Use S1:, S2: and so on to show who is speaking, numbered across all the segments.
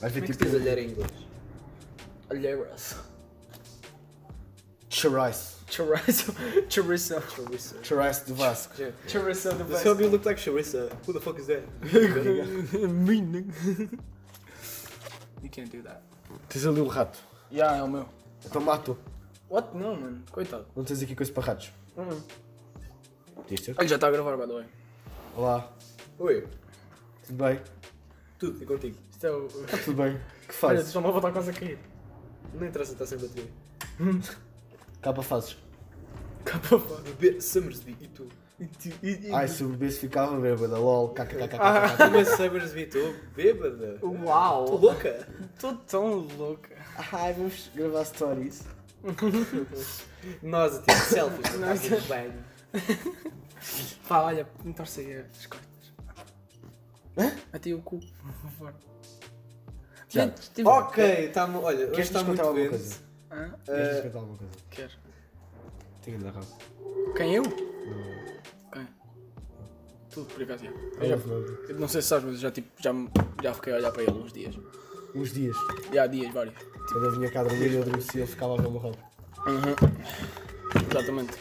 S1: Vais ver
S2: Como é que se
S1: tipo.
S2: diz olhar em inglês? Olheiras.
S1: Chorice.
S2: Chorizo. Chorizo.
S3: Chorizo.
S1: Chorice do Vasco.
S3: É.
S2: Chorizo do
S3: This helmet
S2: best.
S3: looks like chorizo. Who the fuck is that?
S1: tá
S2: Meaning. You can't do that.
S1: Tens ali o rato.
S2: Yeah, é o meu.
S1: Então mato.
S2: What? Não, mano. Coitado.
S1: Não tens aqui coisa para ratos.
S2: Hum.
S1: Podias ter?
S2: Ele já está a gravar, by the way.
S1: Olá.
S3: Oi,
S1: Tudo bem?
S3: tudo, é contigo.
S2: Isto é o...
S1: Está tudo bem? Que
S2: Olha,
S1: fazes?
S2: deixa uma volta quase a cair.
S3: Não interessa estar sem bateria.
S1: Capa fazes?
S2: Capa fora.
S3: Beber Summersby e tu.
S2: E tu- e- e-
S1: Ai, se o bebê se ficava bêbada, lol, kkkk.
S3: Como é Summersby? Estou bêbada. Estou
S2: é Uau.
S3: louca.
S2: Estou tão louca.
S1: Ai, vamos gravar stories.
S3: Nós a tirar selfies. não
S2: Nós-
S3: está tudo bem.
S2: Pá, olha, me torce aí as costas. Hã? Até o cu, por favor.
S1: Tiago.
S2: Gente, tive-
S3: Ok, tá, mo- olha, hoje
S1: Queres
S3: está
S1: nos
S3: muito
S1: contar alguma
S3: vento.
S1: coisa?
S2: Hã?
S1: Queres nos
S3: Ah,
S1: contar alguma coisa?
S2: Quer?
S1: Eh, Tenho de dar rabo.
S2: Quem eu? Quem? Tudo por acaso, já. Eu já- eu não sei se sabes, mas eu já, tipo, já, me- já fiquei a olhar para ele uns dias.
S1: Uns dias.
S2: Já há dias, vários.
S1: Quando eu vinha cá dormir, eu adormeci e ele ficava a ver o meu rabo.
S2: Uhum. Exatamente.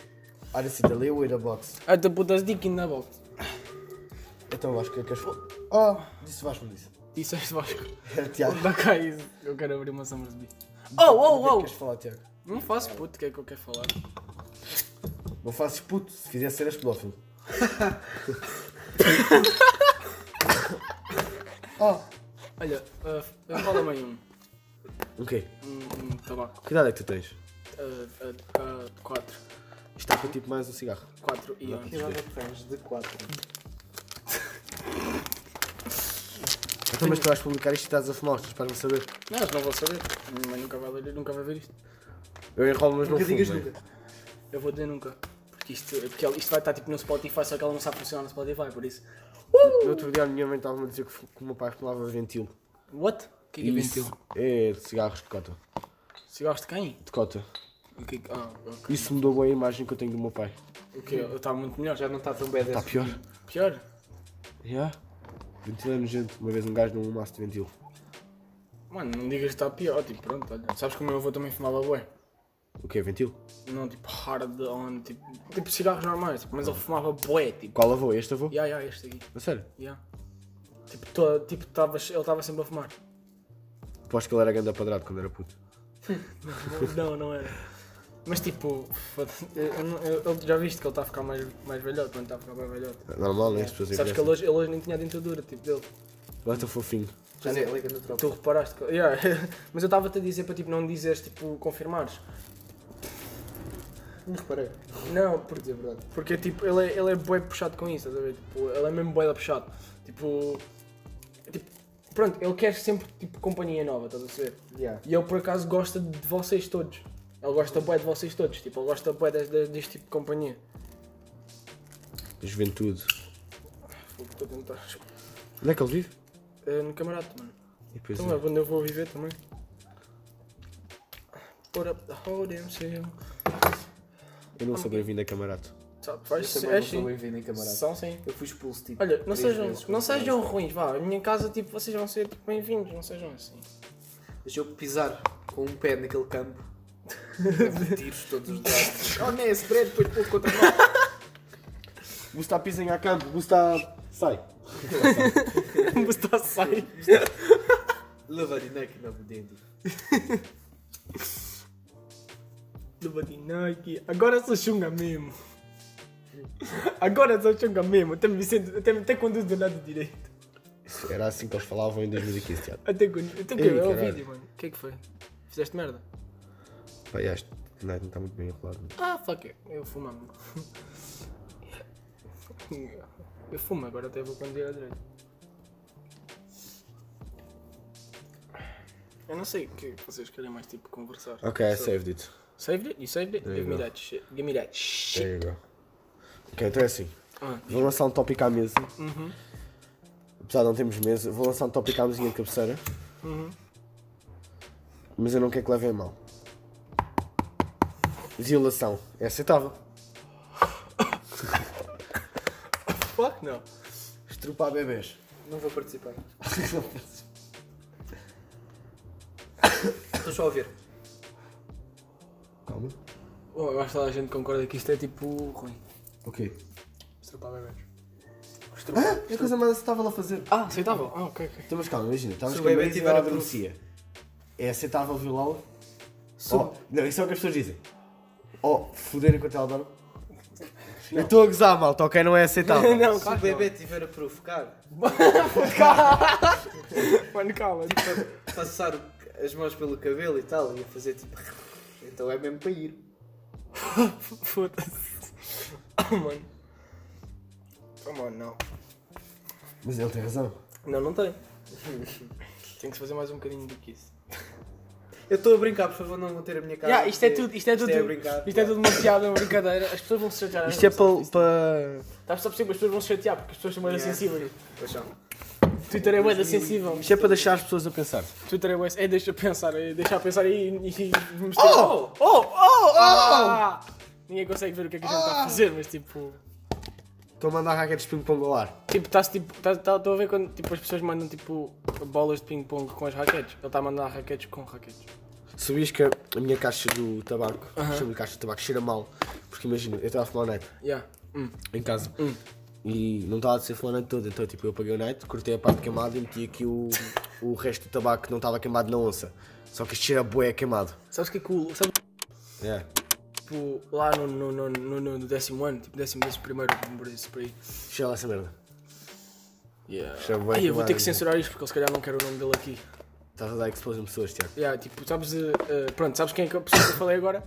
S1: Olha assim, dali eu ir a box.
S2: Ah, tu putas dick in the box.
S1: Então acho que eu queres. Oh, disse Vasco, não disse.
S2: Disseste Vasco.
S1: Era Tiago.
S2: Dá é cá isso. Eu quero abrir uma Summersby. Oh,
S1: O que
S2: oh,
S1: é que
S2: oh!
S1: queres falar, Tiago?
S2: Não faço puto, o que é que eu quero falar?
S1: Não fazes puto, se fizer cenas pedófilo. oh.
S2: Olha, uh, fala-me aí um,
S1: O quê?
S2: um, um tabaco.
S1: Que idade é que tu tens? Isto
S2: Uh, uh, uh, quatro.
S1: está com tipo mais um cigarro.
S2: 4 e
S1: Não.
S2: 11.
S3: Eu dava trans de Um 4.
S1: Então, mas tu vais publicar isto e estás a fumar, os teus pais vão saber.
S2: Não, eles não vão saber. A Minha mãe nunca vai ler, nunca vai ver isto.
S1: Eu enrolo, mas não
S3: Nunca
S1: fumo.
S3: digas
S1: né?
S3: nunca.
S2: Eu vou dizer nunca. Porque isto, porque ela- isto vai estar tipo no Spotify, só que ela não sabe funcionar no Spotify, por isso.
S1: No outro dia a minha mãe estava-me a dizer que, fu- que o meu pai fumava ventil.
S2: What? O que é que é ventil?
S1: É, de cigarros de cota.
S2: Cigarros de quem?
S1: De cota.
S2: O que é que- Ah, ok.
S1: Isso mudou bem a imagem que eu tenho do meu pai.
S2: O que? Eu estava muito melhor. Já
S3: Já
S2: não...
S3: não está tão bad
S1: Está pior?
S2: Pior?
S1: Já? Ventil é nojento. Uma vez um gajo num maço de ventil.
S2: Mano, não digas que está pior. Tipo, pronto, olha. Sabes que o meu avô também fumava bué.
S1: O que é ventil?
S2: Não tipo hard on, tipo, tipo cigarros normais, tipo, mas ele fumava bué, tipo.
S1: Qual avô? Este avô?
S2: Ya, yeah, ya, yeah, este aqui.
S1: A sério?
S2: Ya. Tipo, to, tipo tava, ele estava sempre a fumar.
S1: Aposto que ele era ganda padrado quando era puto.
S2: Não, não era. Mas tipo, foda-se, eu- eu- eu- já viste que ele está a ficar mais, mais velhote, quando está a ficar mais velhote.
S1: Normal, né? As pessoas
S2: Sabes que ele hoje, ele hoje nem tinha a dentadura, tipo dele.
S1: Bota fofinho.
S3: Já nem liga no troco.
S2: Tu reparaste que. Yeah. Mas eu estava-te a dizer para tipo, não dizeres, tipo, confirmares.
S3: Não reparei.
S2: Não, por-
S3: Dizer a verdade.
S2: porque tipo, ele é, ele é bué puxado com isso, estás a ver? Tipo, ele é mesmo bué da puxado. Tipo, tipo, pronto, ele quer sempre tipo companhia nova, estás a ver?
S3: Yeah.
S2: E ele por acaso gosta de vocês todos. Ele gosta bué de vocês todos, tipo, ele gosta bué des- des- deste tipo de companhia.
S1: Juventude.
S2: Fogo, Estou a tentar.
S1: Onde é que ele vive?
S2: Eh, no camarote, mano.
S1: E depois
S2: Então é onde eu vou viver também. Put up the whole damn sail. é-
S1: eu não sou bem-vindo a camarada.
S2: Sabe,
S3: Mas
S2: Faz
S3: também
S2: é
S3: não sou
S2: sim.
S3: bem-vindo em camarada.
S2: São sim.
S3: Eu fui expulso, tipo.
S2: Olha, não
S3: três
S2: sejam,
S3: vezes,
S2: não
S3: quatro vezes.
S2: sejam ruins, vá. A minha casa, tipo, vocês vão ser tipo, bem-vindos, não sejam assim.
S3: Deixa eu pisar com um pé naquele campo. Levo Tiros todos os lados. Oh, né? Esse prédio depois pulo contra nós.
S1: Gustavo pisem a campo. Gustavo... Sai.
S2: Mas
S1: tá
S2: está a sair.
S3: Lavarineque na bodende.
S2: Do Badinaki. Agora sou chunga mesmo. Agora sou chunga mesmo. Até me sento, até, até conduzo do lado direito.
S1: Era assim que eles falavam em 2015, Tiago.
S2: Até conduzo. Até que
S1: Ei,
S2: é o
S1: caralho.
S2: vídeo, mano. O que é que foi? Fizeste merda?
S1: Pá, e acho que não está muito bem enrolado. mas-
S2: Ah, fuck it. Eu fumo mesmo. Eu fumo, agora até vou conduzir à direita. Eu não sei o que é que vocês querem mais tipo conversar.
S1: Ok, I saved it.
S2: Saved it? You saved it?
S1: you
S2: Give me
S1: go.
S2: that shit. Give me that shit.
S1: There you go. Ok, então é assim.
S2: Ah.
S1: Vou lançar um tópico à mesa. Apesar de não termos mesa, vou lançar um tópico à mesinha de cabeceira. Mas eu não quero que levem a mal. Violação. É aceitável.
S2: Fuck não.
S1: Estrupar bebês.
S3: Não vou participar. estou só a ver.
S1: Calma.
S2: Oh, eu acho que toda a gente concorda que isto é tipo ruim.
S1: O quê?
S2: Estrupar bebês.
S1: Ah, é a coisa mais aceitável a fazer.
S2: Ah, aceitável? Ah, ok, ok.
S1: Então, mas calma, imagina, estavas
S3: Se o
S1: com a
S3: bebê
S1: Maria e
S3: tiver
S1: ela
S3: approval.
S1: adormecia. É aceitável violá-la?
S3: Se-
S1: Oh, não, isso é o que as pessoas dizem. Oh, foder enquanto ela dorme. Eu estou a gozar, malta, ok? Não é aceitável.
S2: Não,
S3: Se o
S2: claro.
S3: bebê estiver a provocar,
S2: Mano, calma. tipo,
S3: pa- então, passar o- as mãos pelo cabelo e tal, e a fazer tipo. Então é mesmo para ir.
S2: Foda-se. Ah, mano. Oh, mano, não.
S1: Mas ele tem razão.
S2: Não, não tem. tem que se fazer mais um bocadinho do que isso.
S3: Eu estou a brincar, por favor, não vão ter a minha cara.
S2: Yeah, isto é
S3: porque
S2: tudo, isto é tudo,
S3: Isto é a brincar.
S2: isto é tudo uma piada, uma brincadeira. As pessoas vão se chatear.
S1: Isto é para.
S2: Estás só por cima, as pessoas vão se chatear porque as pessoas são mais
S3: Yeah.
S2: sensíveis.
S3: Pois não.
S2: Twitter é bué da sensível.
S1: Isto é para deixar as pessoas a pensar.
S2: Twitter é bué, é deixa pensar, é deixar pensar e, e, e mostrar.
S1: Oh! Oh! Oh! Oh!
S2: Ah! Ninguém consegue ver o que é que a gente está a fazer, mas tipo.
S1: Estou a mandar raquetes de ping-pong ao ar.
S2: Tipo, estás tipo. estás- tá- Estou a ver quando tipo, as pessoas mandam tipo bolas de ping-pong com as raquetes. Ele está a mandar raquetes com raquetes.
S1: Sabias que a minha caixa do tabaco, chama-lhe caixa de tabaco, cheira mal. Porque imagina, eu estava a fumar o night
S2: Yeah. Hum.
S1: em casa.
S2: Hum.
S1: E não estava a ser fumar a night toda. Então, tipo, eu apaguei o night, cortei a parte queimada e meti aqui o, o resto do tabaco que não estava queimado na onça. Só que isto cheira bué queimado.
S2: Sabes o que é cool? Sabes,
S1: É.
S2: tipo, lá no, no, no, no, no décimo ano, tipo, décimo, décimo primeiro, me parece, por aí.
S1: Cheira lá essa merda.
S2: Yeah.
S1: Cheira bué
S2: Ai, eu vou ter
S1: queimado.
S2: que censurar isto porque ele se calhar não quer o nome dele aqui.
S1: Estás a dar expose em pessoas, Tiago.
S2: Yeah, tipo, sabes, eh, eh, pronto, sabes quem é que a pessoa que eu falei agora?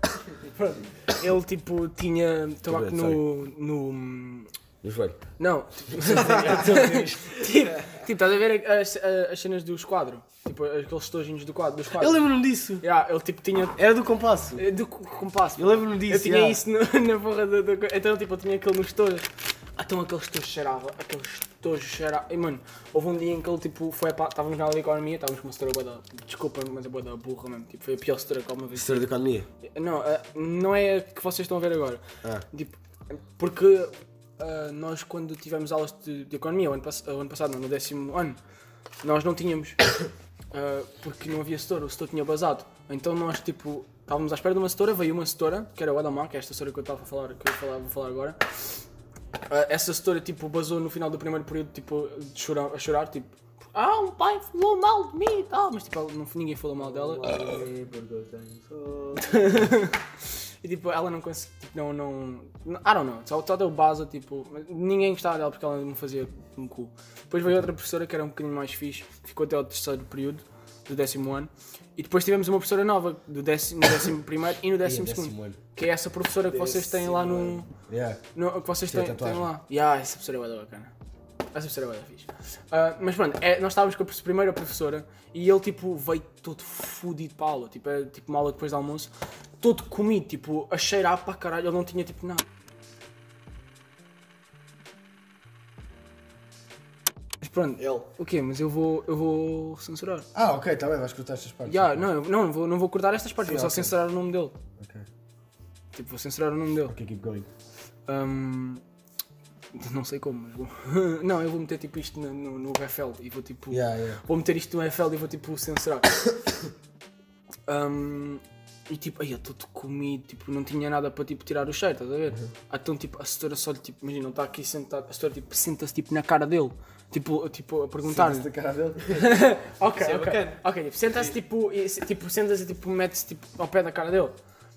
S2: Pronto. Ele, tipo, tinha tabaco
S1: bem,
S2: no, no...
S1: No joelho.
S2: Não, tipo, tipo, tipo, estás a ver as, as cenas do esquadro? Tipo, aqueles estojinhos do quadro, do
S3: é
S2: esquadro.
S1: Eu lembro-me disso.
S2: Yeah, ele, tipo, tinha...
S1: Era do compasso.
S2: eh, Do co- compasso.
S1: Eu lembro-me disso.
S2: Eu tinha
S1: yeah.
S2: isso no- na porra da... da co- Então, tipo, eu tinha aquele no estojo. Ah, Então aquele estojo cheirava, aquele estojo cheirava... E, mano, houve um dia em que ele, tipo, foi para... Estávamos na aula de economia, estávamos com uma setora boa da... Desculpa, mas é boa da burra mesmo. Tipo, foi a pior setora que alguma vez
S1: História da economia.
S2: não, eh, não é a que vocês estão a ver agora.
S1: Ah.
S2: Tipo, porque eh, nós quando tivemos aulas de, de economia, o ano, pass- o ano passado, não, no décimo ano, nós não tínhamos. eh, porque não havia setor, o setor tinha basado. Então nós, tipo, estávamos à espera de uma setora, veio uma setora, que era o Adamar, que é esta setora que eu estava a falar, que eu falava- vou falar agora. Eh, essa setora, tipo, basou no final do primeiro período, tipo, de chorar, a chorar, tipo... Ah, um pai falou mal de mim e tal, mas tipo, ela- não, ninguém falou mal dela. E tipo, ela não conseguia, tipo, não, não, I don't know, só, só deu base, tipo, mas ninguém gostava dela porque ela não fazia um cu. Depois veio outra professora que era um bocadinho mais fixe, ficou até ao terceiro período, do décimo ano, e depois tivemos uma professora nova, do décimo, no décimo primeiro e no décimo segundo,
S1: ano.
S2: que é essa professora que vocês têm lá no,
S1: Yeah.
S2: no que vocês
S1: Tem a
S2: têm, têm
S1: é tatuagem.
S2: lá. Yeah, essa professora é bué da bacana. Essa professora é bué da fixe. Ah, mas pronto, é, nós estávamos com a profe- primeira professora e ele tipo veio todo fudido para a aula. Tipo, era tipo uma aula depois do almoço. Todo comido, tipo, a cheirar para caralho. Ele não tinha tipo nada. Mas pronto,
S3: Ele.
S2: o quê? Mas eu vou, eu vou censurar.
S1: Ah, ok, está bem, vais cortar estas partes.
S2: Yeah, não, eu- não, não vou, não vou cortar estas partes,
S1: Sim,
S2: vou só
S1: ok.
S2: censurar o nome dele.
S1: Ok,
S2: Tipo, vou censurar o nome dele.
S1: ok, keep going.
S2: Hum, não sei como, mas vou. não, eu vou meter tipo isto no, no, no FL e vou tipo.
S1: Yeah, yeah.
S2: Vou meter isto no FL e vou tipo censurar. Hum, e tipo, ai, eu estou comido, tipo, não tinha nada para tipo tirar o cheiro, estás a ver? Ah, Então tipo, a setora só lhe, tipo, imagina, não está aqui sentada, a setora tipo, senta-se tipo na cara dele, tipo, tipo a perguntar.
S1: Sentas-te a cara dele?
S2: Ok,
S3: Isso é
S2: ok.
S3: bacana.
S2: Ok, tipo, senta-se tipo, e se- tipo, senta-se tipo, mete-se tipo ao pé da cara dele.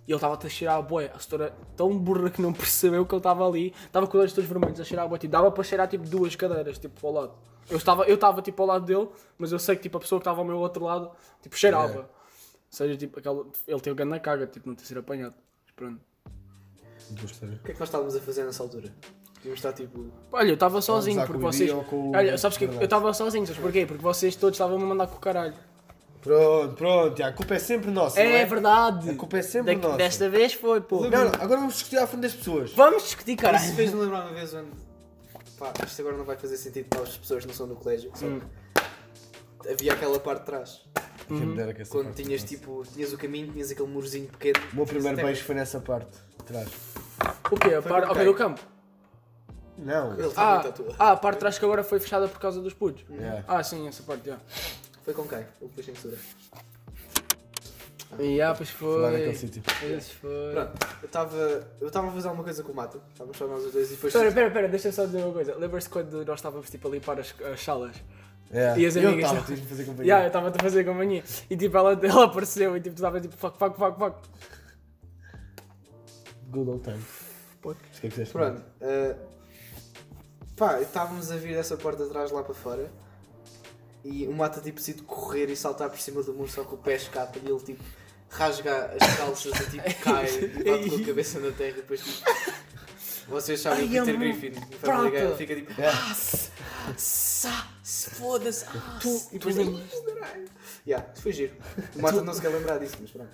S2: E ele estava a cheirar a boia. A setora tão burra que não percebeu que ele estava ali. Estava com os olhos todos vermelhos a cheirar a boia. Tipo, dava para cheirar tipo duas cadeiras, tipo, ao lado. Eu estava, eu estava tipo ao lado dele, mas eu sei que tipo a pessoa que estava ao meu outro lado, tipo, cheirava.
S1: Yeah.
S2: Ou seja, tipo, aquela, ele teve grande caga, tipo, não ter sido apanhado. Mas Pronto.
S3: O que é que nós estávamos a fazer nessa altura? Devíamos estar tipo.
S2: Olha, eu estava sozinho
S1: usar
S2: porque
S1: com o
S2: vocês.
S1: Bibi ou com o-
S2: Olha, sabes que eu
S1: Verdade.
S2: estava sozinho, sabes porquê? Porque vocês todos estavam a me mandar com o caralho.
S1: Pronto, pronto, Tiago, a culpa é sempre nossa. não
S2: É, verdade!
S1: A culpa é sempre
S2: Da-
S1: nossa.
S2: Desta vez foi, pô.
S1: Não, não, agora vamos discutir à frente das pessoas.
S2: Vamos discutir, caralho.
S3: Isso fez-me lembrar uma vez onde. Pá, isto agora não vai fazer sentido para as pessoas que não são no colégio. Só
S1: Hum.
S3: que Havia aquela parte de trás.
S1: Quem me dera que essa
S3: Quando
S1: parte
S3: tinhas
S1: fosse.
S3: tipo. Tinhas o caminho, tinhas aquele murozinho pequeno.
S1: O meu primeiro
S3: Até-
S1: beijo foi nessa parte de trás.
S2: O quê? A
S3: Foi
S2: par...
S3: com
S2: ao pé
S3: quem?
S2: do campo?
S1: Não.
S3: Ele está
S2: Ah,
S3: muito à tua.
S2: ah, a parte de trás que agora foi fechada por causa dos putos.
S1: Yeah.
S2: Ah, sim, essa parte, já.
S3: Foi com quem? O que foi censura?
S2: E ah, pois
S1: Lá
S2: foi.
S1: naquele sítio.
S2: Pois foi.
S3: Pronto, eu estava eu tava a fazer alguma coisa com o Mata. Estávamos só nós os dois e depois.
S2: Espera, espera, espera, deixa-me só dizer uma coisa. Lembra-se quando nós estávamos tipo a limpar as, as salas?
S1: Yeah.
S2: E as
S1: É. eu
S2: amigas-
S1: estava, tinhas de fazer companhia.
S2: Yeah, eu estava a fazer companhia. E tipo, ela, ela apareceu e tipo, tu estava tipo, fuck, fuck, fuck, fuck.
S1: Good old time.
S2: Pode.
S1: Isto que é que fizeste.
S3: Pronto. eh, pá, estávamos a vir dessa porta atrás lá para fora e o mata tipo decide correr e saltar por cima do muro só que o pé escapa e ele tipo rasga as calças e tipo cai e bate com a cabeça na terra e depois tipo. Vocês sabem o
S2: Ai,
S3: Peter
S2: amor,
S3: Griffin, o Family Guy,
S2: prata.
S3: ele fica tipo.
S2: É.
S1: Yeah.
S3: Sá, se foda-se. Ah,
S2: Tu-
S3: se-
S2: e depois lembro-
S3: Yeah, isso foi giro. O Mata não se quer lembrar disso, mas pronto.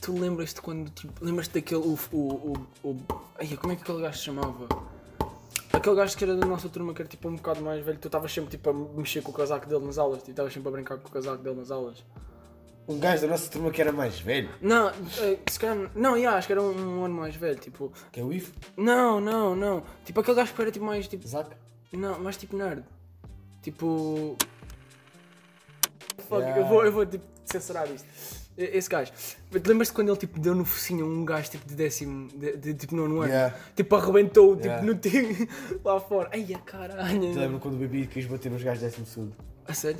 S2: Tu lembras-te quando, tipo, lembras-te daquele, o, o, o, o- ai, como é que aquele gajo se chamava? Aquele gajo que era da nossa turma, que era tipo um bocado mais velho, tu estavas sempre tipo a mexer com o casaco dele nas aulas, tipo, estavas sempre a brincar com o casaco dele nas aulas.
S1: Um gajo da nossa turma que era mais velho,
S2: Não, eh, se calhar, não, yeah, acho que era um, um ano mais velho, tipo,
S1: que é o Ivo,
S2: não, não, não, tipo aquele gajo que era tipo mais, tipo,
S1: Zac.
S2: não, mais tipo nerd, tipo, fuck,
S1: Yeah.
S2: eu vou, eu vou tipo censurar isto. E- Esse gajo, te lembras-te quando ele tipo deu no focinho a um gajo tipo de décimo, de, de, tipo nono ano?
S1: Yeah.
S2: Tipo, arrebentou tipo,
S1: Yeah.
S2: no time lá fora. Ai, a
S1: Te
S2: caralho.
S1: lembro quando o bebê quis bater nos gajos décimo segundo.
S2: A sério?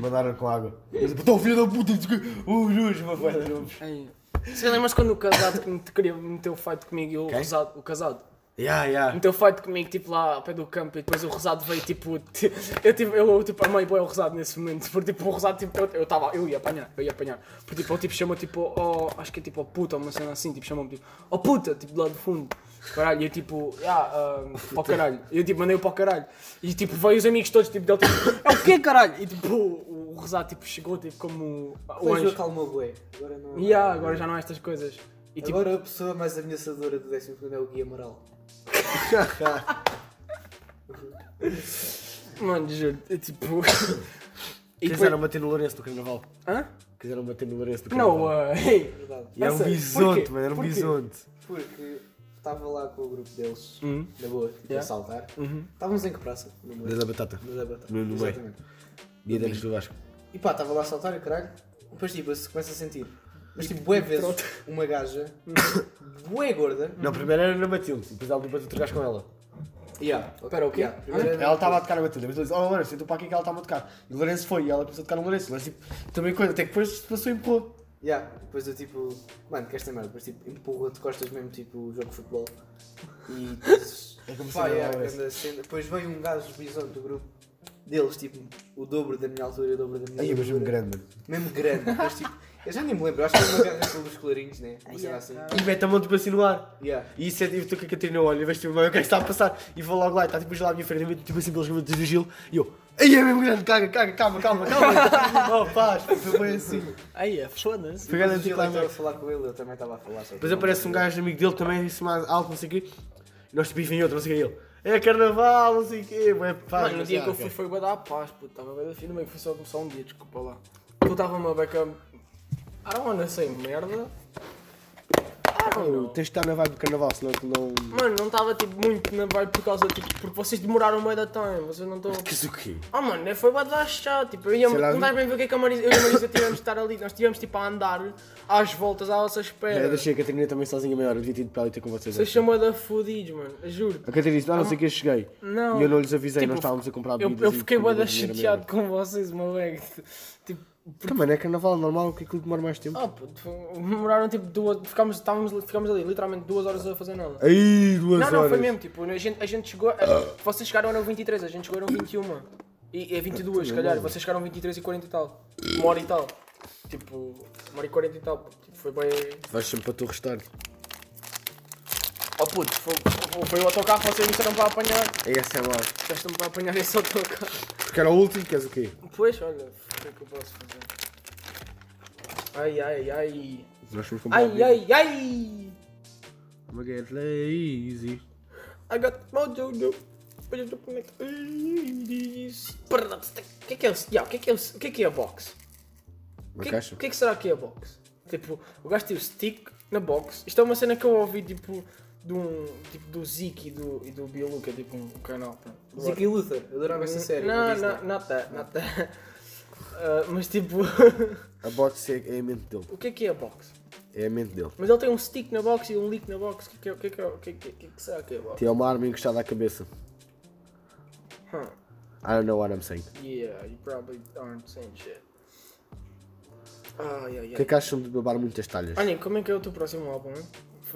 S1: Mandaram com água. Eles botou filho da puta, desculpa. Uh, juro, uma coisa, não vos.
S2: Ai. Você lembras quando o casado que me te queria meteu fight comigo e eu, o rezado, o casado?
S1: Yeah, yeah.
S2: Meteu fight comigo, tipo, lá ao pé do campo e depois o rezado veio, tipo, ti- eu, tipo, eu, tipo, amei bem o rezado nesse momento, porque, tipo, o rezado, tipo, eu, eu tava, eu ia apanhar, eu ia apanhar, porque, tipo, ele, tipo, chama, tipo, ao- acho que é, tipo, ó puta, uma cena assim, tipo, chamou-me, tipo, ó puta, tipo, do lado do fundo, caralho, e eu, tipo, ah, para o caralho, eu, tipo, mandei-o para o caralho, e, tipo, veio os amigos todos, tipo, dele, tipo, é o quê, caralho, e, tipo, o, o rezado, tipo, chegou, tipo, como o
S3: Hoje
S2: anjo,
S3: acalmou o bué. Agora não.
S2: e, ah, agora já não há estas coisas, e, tipo,
S3: Agora a pessoa mais ameaçadora do 12 é o Guia Moral.
S2: mano, juro, é, tipo, e
S1: Quiseram bater no Lourenço do carnaval.
S2: hã?
S1: Quiseram bater no Lourenço do carnaval.
S2: Não, uh, hey.
S3: Verdade.
S1: E era
S2: a
S1: um
S2: sério,
S1: bisonte,
S2: porquê?
S1: mano, era um
S2: Porquê?
S1: bisonte.
S3: Porque estava lá com o grupo deles,
S2: Uhum.
S3: na boa, tipo,
S2: Yeah.
S3: a saltar.
S2: Uhum.
S3: Estávamos em que praça? No
S1: Dia
S3: meio.
S1: é da batata.
S3: No da batata.
S1: No- no meio.
S3: Exatamente.
S1: Dia da do Vasco.
S3: E pá, estava lá a saltar e caralho. Depois tipo, se começa a sentir. Mas tipo, bué vezes, uma gaja,
S2: Uhum.
S3: bué gorda.
S1: Não, primeiro era na Matilde, depois ela bateu três com ela.
S3: Yeah.
S2: Espera, o quê?
S3: Yeah. Primeiro é- era-
S1: Ela estava a tocar a Matilde, mas ele disse, oh Lourenço, eu estou para aqui que ela estava a tocar. E o Lourenço foi, e ela começou a tocar no Lourenço. O Lourenço tipo, também coisa, até que depois se passou e empurrou.
S3: Yeah, depois eu tipo, mano, que esta merda, depois tipo, empurra de costas mesmo, tipo, o jogo de futebol. E depois,
S1: É como se
S3: pá,
S1: não
S3: yeah,
S1: houvesse.
S3: grande cena. Depois vem um gajo bisonte do grupo deles, tipo, o dobro da minha altura e o dobro da minha
S1: Aí, mas um
S3: altura.
S1: mesmo grande. mano.
S3: Mesmo grande, mas tipo, eu já nem me lembro, acho que foi uma garra pelos colarinhos, né? Uma cena assim.
S1: E mete a mão tipo assim no ar.
S3: Yeah.
S1: E isso é tipo, estou com a Catarina olha, vejo tipo, bem, o que é que está a passar? E vou logo lá, e está tipo o Gil à minha frente, eu meto, tipo assim pelos momentos do Gil, e eu, aí é mesmo grande, caga, caga, calma, calma, calma. oh, paz, foi bem assim.
S2: Ai, é foda-se.
S1: Foi
S3: Depois o
S1: grande
S3: Gil estava a
S1: tipo,
S3: falar com ele, eu também estava a falar. só que
S1: Depois
S3: não-
S1: aparece um gajo amigo dele também, assim mais alto, não sei o quê, e nós tipo, e vem outro, não sei o quê, e ele, é carnaval, não sei o quê, é paz.
S2: Mano,
S1: não sei
S2: o dia
S1: lá,
S2: que eu
S1: ok.
S2: fui foi bué da paz, puto. Estava bué da fina, mas foi só, só um dia, desculpa lá. Eu estava uma beca... I don't wanna say merda. I don't know.
S1: Ah, Tens de estar na vibe do carnaval, senão tu não.
S2: Mano, não estava tipo muito na vibe por causa, tipo, porque vocês demoraram meio da time, vocês não estão...
S1: Que o quê?
S2: Ah, mano, foi bué da chato, tipo, eu ia,
S1: Sei lá,
S2: não estás bem a ver o que é que a Marisa, eu e a Marisa tivemos de estar ali, nós tivemos tipo a andar, às voltas, à nossa
S1: Eu
S2: espera.
S1: deixei a Catarina também sozinha meia hora, eu devia ter ido para ali ter com vocês.
S2: Vocês chamam da fudidos, mano, juro.
S1: A Catarina disse, ah, não sei o que, eu cheguei.
S2: Não.
S1: E eu não lhes avisei,
S2: Tipo,
S1: nós estávamos a comprar
S2: Eu,
S1: bebidas.
S2: eu
S1: e
S2: fiquei
S1: comida
S2: bué da
S1: de primeira
S2: chateado com vocês, meu velho. Tipo,
S1: Porque, mano, é carnaval normal, que aquilo demora mais tempo.
S2: ah, puto, demoraram tipo duas. Ficámos, estávamos, ficámos ali literalmente duas horas a fazer nada.
S1: Aí, duas
S2: Não, não, foi mesmo. Tipo, a gente, a gente chegou. a- vocês chegaram eram 23, a gente chegou eram 21. E, é 22, se calhar. Vocês chegaram 23 e 40 e tal. Uma hora e tal. Tipo, uma hora e 40 e tal. puto, Tipo, foi bem.
S1: Vais sempre para o teu restaurante.
S2: Oh puto, foi, foi o autocarro, vocês me disseram para apanhar.
S1: É essa é lá.
S2: Estás-me para apanhar esse autocarro.
S1: Porque era o último, queres o quê?
S2: Pois, olha, o que é que eu posso fazer? Ai, ai, ai.
S1: Nós fomos comprar
S2: Ai, ai, ai.
S1: Uma get lazy.
S2: I got mojo, yo. Olha do como é que- Perdão, o que é que é o yeah, o que é que é o o que é que é a box? O
S1: Uma
S2: que, é-
S1: caixa?
S2: o que é que será que é a box? Tipo, o gajo tem o stick na box. Isto é uma cena que eu ouvi tipo de um tipo do Zeke e do e do Bilu, que é tipo um canal. pronto.
S3: Zeke Luther, eu adorava essa série.
S2: Não,
S3: da Disney.
S2: não, not that, not that. Ah, mas tipo,
S1: A box é, é a mente dele.
S2: o que é que é a box?
S1: É a mente dele.
S2: Mas ele tem um stick na box e um leak na box. O que é que, é- o que, é que, é- o que, é que, o que, é que será que é a box?
S1: Tinha uma arma encostada à cabeça.
S2: Huh.
S1: I don't know what I'm saying.
S2: Yeah, you probably aren't saying shit. Ai, ai,
S1: O que é
S2: ai.
S1: que acham de babar muitas talhas?
S2: Olhem, como é que é o teu próximo álbum? hein?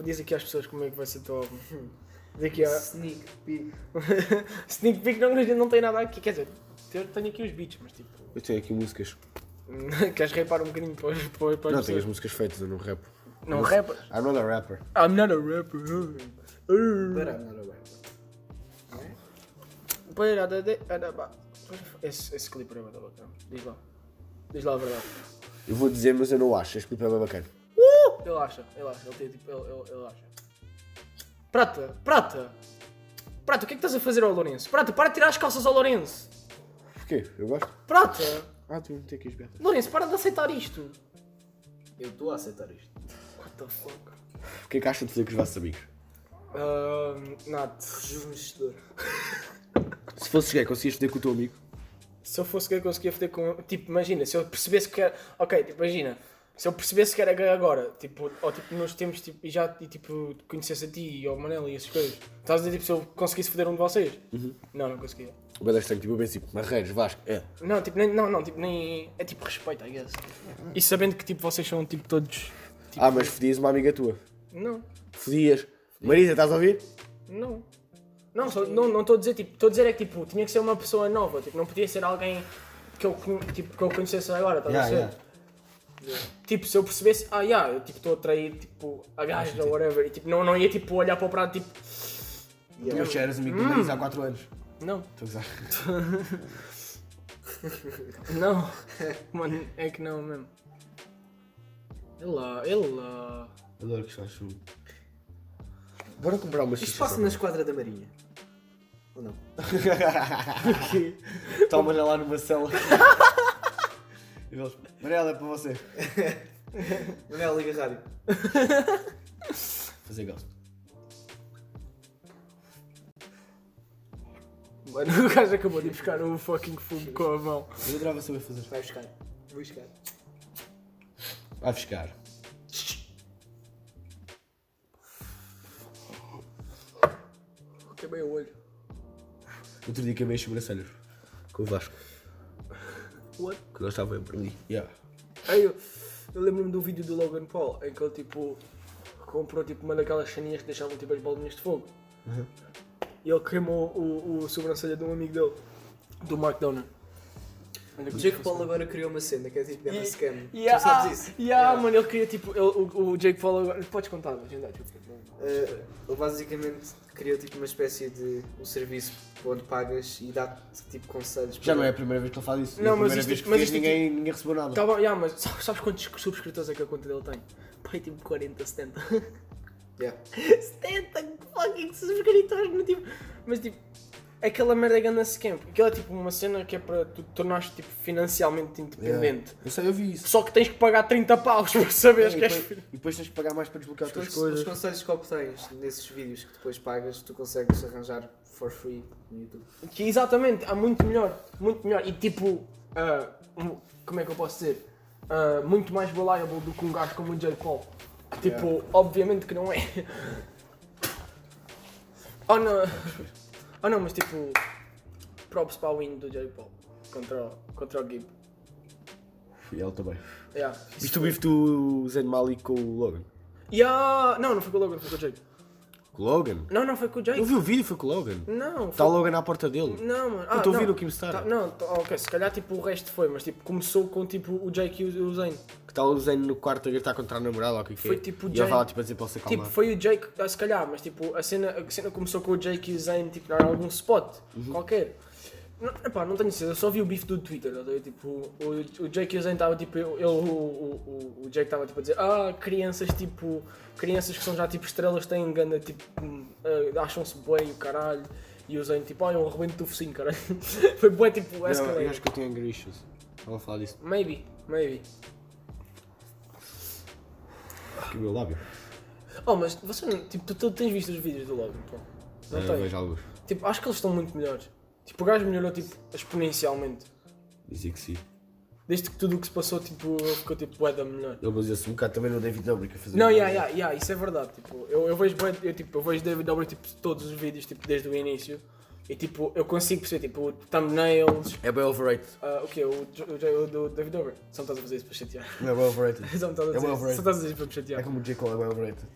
S2: Diz aqui às pessoas como é que vai ser o teu álbum. Hum.
S3: é
S2: Daqui a.
S3: Sneak peek.
S2: Sneak peek não, não tem nada aqui. Quer dizer, eu tenho aqui os beats, mas tipo.
S1: Eu tenho aqui músicas.
S2: Queres rapar um bocadinho para, os- para, para as
S1: Não, tenho as
S2: pessoas?
S1: músicas feitas, eu não rap.
S2: Não rapas?
S1: I'm not a rapper.
S2: I'm not a rapper.
S3: But I'm not a rapper.
S2: Pera, da- da- da- da- ba- Esse, esse clipe era bem bacana. Diz lá. Diz lá a verdade.
S1: Eu vou dizer, mas eu não acho. Este clipe é bem bacana.
S2: Ele acha, ele acha, ele tem tipo. Ele, ele, ele acha. Prata, prata! Prata, o que é que estás a fazer ao Lourenço? Prata, para de tirar as calças ao Lourenço!
S1: Porquê? Eu gosto?
S2: Prata!
S1: Ah, tu não tem aqui as gatas.
S2: Lourenço, para de aceitar isto!
S3: Eu estou a aceitar isto.
S2: What the fuck?
S1: O que é que acham de dizer com os vossos amigos?
S2: Ahn, Nath.
S3: Rejuvenescedor.
S1: Se fosses gay, conseguias foder com o teu amigo?
S2: Se eu fosse gay, conseguia foder com. Tipo, imagina, se eu percebesse que era. Ok, tipo, imagina. Se eu percebesse que era gay agora, tipo, ou tipo, nos tempos, tipo, e já, e, tipo, conhecesse a ti e ao Manel e essas coisas, estás a dizer, tipo, se eu conseguisse foder um de vocês? Não, não conseguia.
S1: O Bela estranho, tipo, eu penso, tipo, Marreiros, Vasco, é.
S2: Não, tipo, nem, não, não, tipo, nem. É tipo respeito, I guess. E sabendo que, tipo, vocês são, tipo, todos. Tipo,
S1: Ah, mas fodias uma amiga tua.
S2: Não,
S1: Fodias. Marisa, estás a ouvir?
S2: não. Não, só, não, não estou a dizer, tipo, estou a dizer é que, tipo, tinha que ser uma pessoa nova, tipo, não podia ser alguém que eu, conhe- tipo, que eu conhecesse agora, estás a
S1: Yeah,
S2: ver?
S1: yeah.
S2: Tipo, se eu percebesse, ah, yeah, eu tipo, estou a atrair tipo, a gaja ou whatever, e tipo, não, não ia tipo olhar para o prato tipo,
S1: Tu já eras amigo da Marisa há 4 anos.
S2: não,
S1: Estou a gozar.
S2: não, mano, é que não mesmo. Ela, ela.
S1: Adoro que estás chulo. Bora comprar uma
S3: Isto
S1: xixa.
S3: passa na esquadra da Marinha. Ou não?
S1: Toma-lhe lá numa cela. E eles, Mariela, é para você.
S3: Manel, liga é a rádio.
S1: Fazer gosto.
S2: Mano, o gajo acabou de ir buscar um fucking fumo com a mão.
S1: Eu adorava saber fazer.
S3: Vai buscar. Vou buscar.
S1: Vai buscar.
S2: Queimei o olho.
S1: Outro dia queimei as sobrancelhas. Com o Vasco.
S2: What?
S1: Que nós estávamos em Berlim. Yeah.
S2: Aí eu, eu lembro-me do vídeo do Logan Paul em que ele tipo comprou tipo uma daquelas chaninhas que deixavam tipo as bolinhas de fogo.
S3: Uhum.
S2: E ele queimou o, o sobrancelha de um amigo dele, do Mark Donner. Olha que
S3: Jake Paul agora criou uma cena que é tipo
S2: E-
S3: deve scam.
S2: E
S3: Tu
S2: ah,
S3: sabes isso?
S2: e ah, mano, ele queria tipo. ele- o, o Jake Paul agora. Podes contar, mas ainda desculpa.
S3: Eh, ele basicamente criou tipo uma espécie de um serviço onde pagas e dá-te tipo conselhos.
S1: Já não é a primeira vez que ele faz isso.
S2: Não,
S1: Não, mas
S2: mas
S1: a primeira
S2: isto-
S1: vez que
S2: mas
S1: fez,
S2: isto aqui-
S1: ninguém, ninguém recebeu nada.
S2: Tá bom, yeah, mas sabes, sabes quantos subscritores é que a conta dele tem? Pai, tipo 40, 70.
S3: Yeah.
S2: 70 fucking subscritores no tipo. Mas tipo, aquela merda é ganda scam. Aquilo é tipo uma cena que é para tu te tornares tipo, financialmente independente.
S1: Eu sei, eu vi isso.
S2: Só que tens que pagar 30 paus para saberes
S1: e,
S2: que és.
S1: depois, e depois tens que pagar mais para desbloquear
S3: Os,
S1: outras
S3: conse- os
S1: coisas.
S3: conselhos que obtens nesses vídeos que depois pagas, tu consegues arranjar for free no YouTube.
S2: Que, exatamente, há muito melhor, muito melhor. E tipo, ah, um- como é que eu posso dizer? Ah, muito mais reliable do que um gajo como o J. Paul. Que tipo, obviamente que não é. oh não. Oh não, mas tipo. Props para o win do J. Paul contra, o- contra o Gib.
S1: E ele também.
S2: Yeah.
S1: Viste o bife do Zen Malik com o Logan?
S2: Yeah. Não, não foi com o Logan, foi com o Jake.
S1: Com o Logan?
S2: Não, não foi com o Jake.
S1: Eu vi o vídeo, foi com o Logan.
S2: Não,
S1: Está
S2: foi
S1: o Logan à porta dele.
S2: Não, mano.
S1: Eu tô a
S2: não.
S1: ouvir o Kimstar.
S2: Tá- não, tá- ok, se calhar tipo o resto foi, mas tipo começou com tipo o Jake e o, o Zayn.
S1: Que está o Zen no quarto a gritar contra a namorada ou o que é que é.
S2: Foi tipo o
S1: E
S2: Jane-
S1: ele fala tipo a dizer para você calmar.
S2: Tipo, foi o Jake, ah, se calhar, mas tipo a cena, a cena começou com o Jake e o Zayn tipo em algum spot
S1: Uhum.
S2: qualquer. Não, epá, não tenho certeza, eu só vi o bife do Twitter, tá a ver? tipo, o, o Jake e o Zayn estavam tipo, ele, o, o, o, o Jake estava tipo a dizer, ah, crianças tipo, crianças que são já tipo estrelas têm ganda, tipo, hum, ah, acham-se bem o caralho, e o Zayn tipo, ah, é um rebento do focinho, caralho. Foi bué tipo,
S1: Não, eu
S2: escalade.
S1: acho que eu tenho anger issues. Estava a falar disso.
S2: Maybe, maybe.
S1: Aqui o meu lábio.
S2: Oh, mas você não. Tipo, tu, tu tens visto os vídeos do Logan, pô. Não
S1: Ah, eu
S2: tens?
S1: vejo alguns.
S2: Tipo, acho que eles estão muito melhores. Tipo, o gajo melhorou tipo, exponencialmente.
S1: Dizia que sim.
S2: Desde que tudo o que se passou, tipo, ficou tipo, bué da melhor.
S1: Ele baseia-se um bocado também no David Dobrik a fazer.
S2: Não,
S1: um
S2: yeah,
S1: bocado.
S2: yeah, yeah, isso é verdade. Tipo, eu, eu vejo bué- eu, tipo, eu vejo David Dobrik tipo, todos os vídeos tipo, desde o início e tipo, eu consigo perceber tipo, o thumbnails,
S1: É bem overrated.
S2: ah, o quê? O, Jo- o, Jo- o do David Dobrik. Só me estás a fazer isso para chatear.
S1: Não é bem overrated.
S2: Só me estás a
S1: É bué
S2: dizer, isso- só me
S1: overrated.
S2: estás a dizer isso para me chatear.
S1: É como o J. Cole é bem overrated.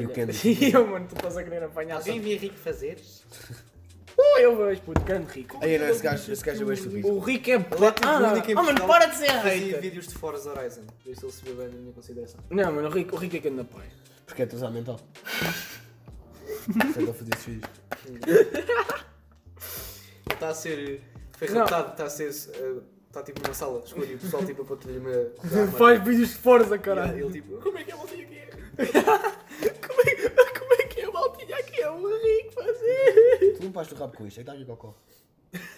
S1: E o Candy.
S2: E eu, mano, tu estás a querer apanhar.
S3: Alguém via rico fazeres?
S2: Oh, eu vejo, puto, grande rico.
S1: Aí não, esse gajo, esse gajo é bem estúpido.
S2: O rico é.
S3: Ele é tipo
S2: Ah,
S3: o único em
S2: ah, mano,
S3: Portugal
S2: para de ser
S3: que Fazia
S2: hater.
S3: vídeos de Forza Horizon. Por isso ele subiu bem na minha consideração.
S2: Não, mano, o rico, o rico é que anda pai.
S1: Porque é atrasado mental. Sempre a fazer esses vídeos.
S3: Ele está a ser. eh, Foi
S2: Não.
S3: raptado, está a ser. Está tipo numa sala escura e o pessoal tipo aponta-lhe uma. uma arma.
S2: Faz vídeos de Forza,
S3: E ele-
S2: caralho.
S3: Ele tipo. Como é que é você aqui?
S2: Como é, como é que é, maltinha? Aqui é o rico fazer.
S1: Tu limpaste o rabo com isto, é que está aqui cocó.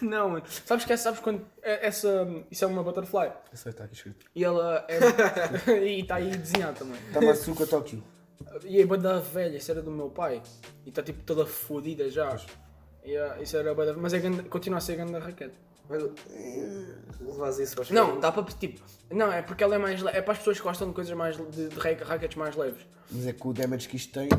S2: Não, mano. Sabes que é, sabes quando. é- Essa, isso é uma butterfly.
S1: Eu sei, está aqui escrito.
S2: E ela é. e está aí desenhada também.
S1: Estava a suco a Tóquio.
S2: E a banda velha, isso era do meu pai. E está tipo toda fodida já. E, ah, isso era a banda. Mas é ganda, continua a ser grande raquete.
S3: Mas. Levas isso para
S2: Não, dá para tipo. Não, é porque ela é mais. le- É para as pessoas que gostam de coisas mais. le- de, de raque- raquetes mais leves.
S1: Mas é que o damage que isto tem.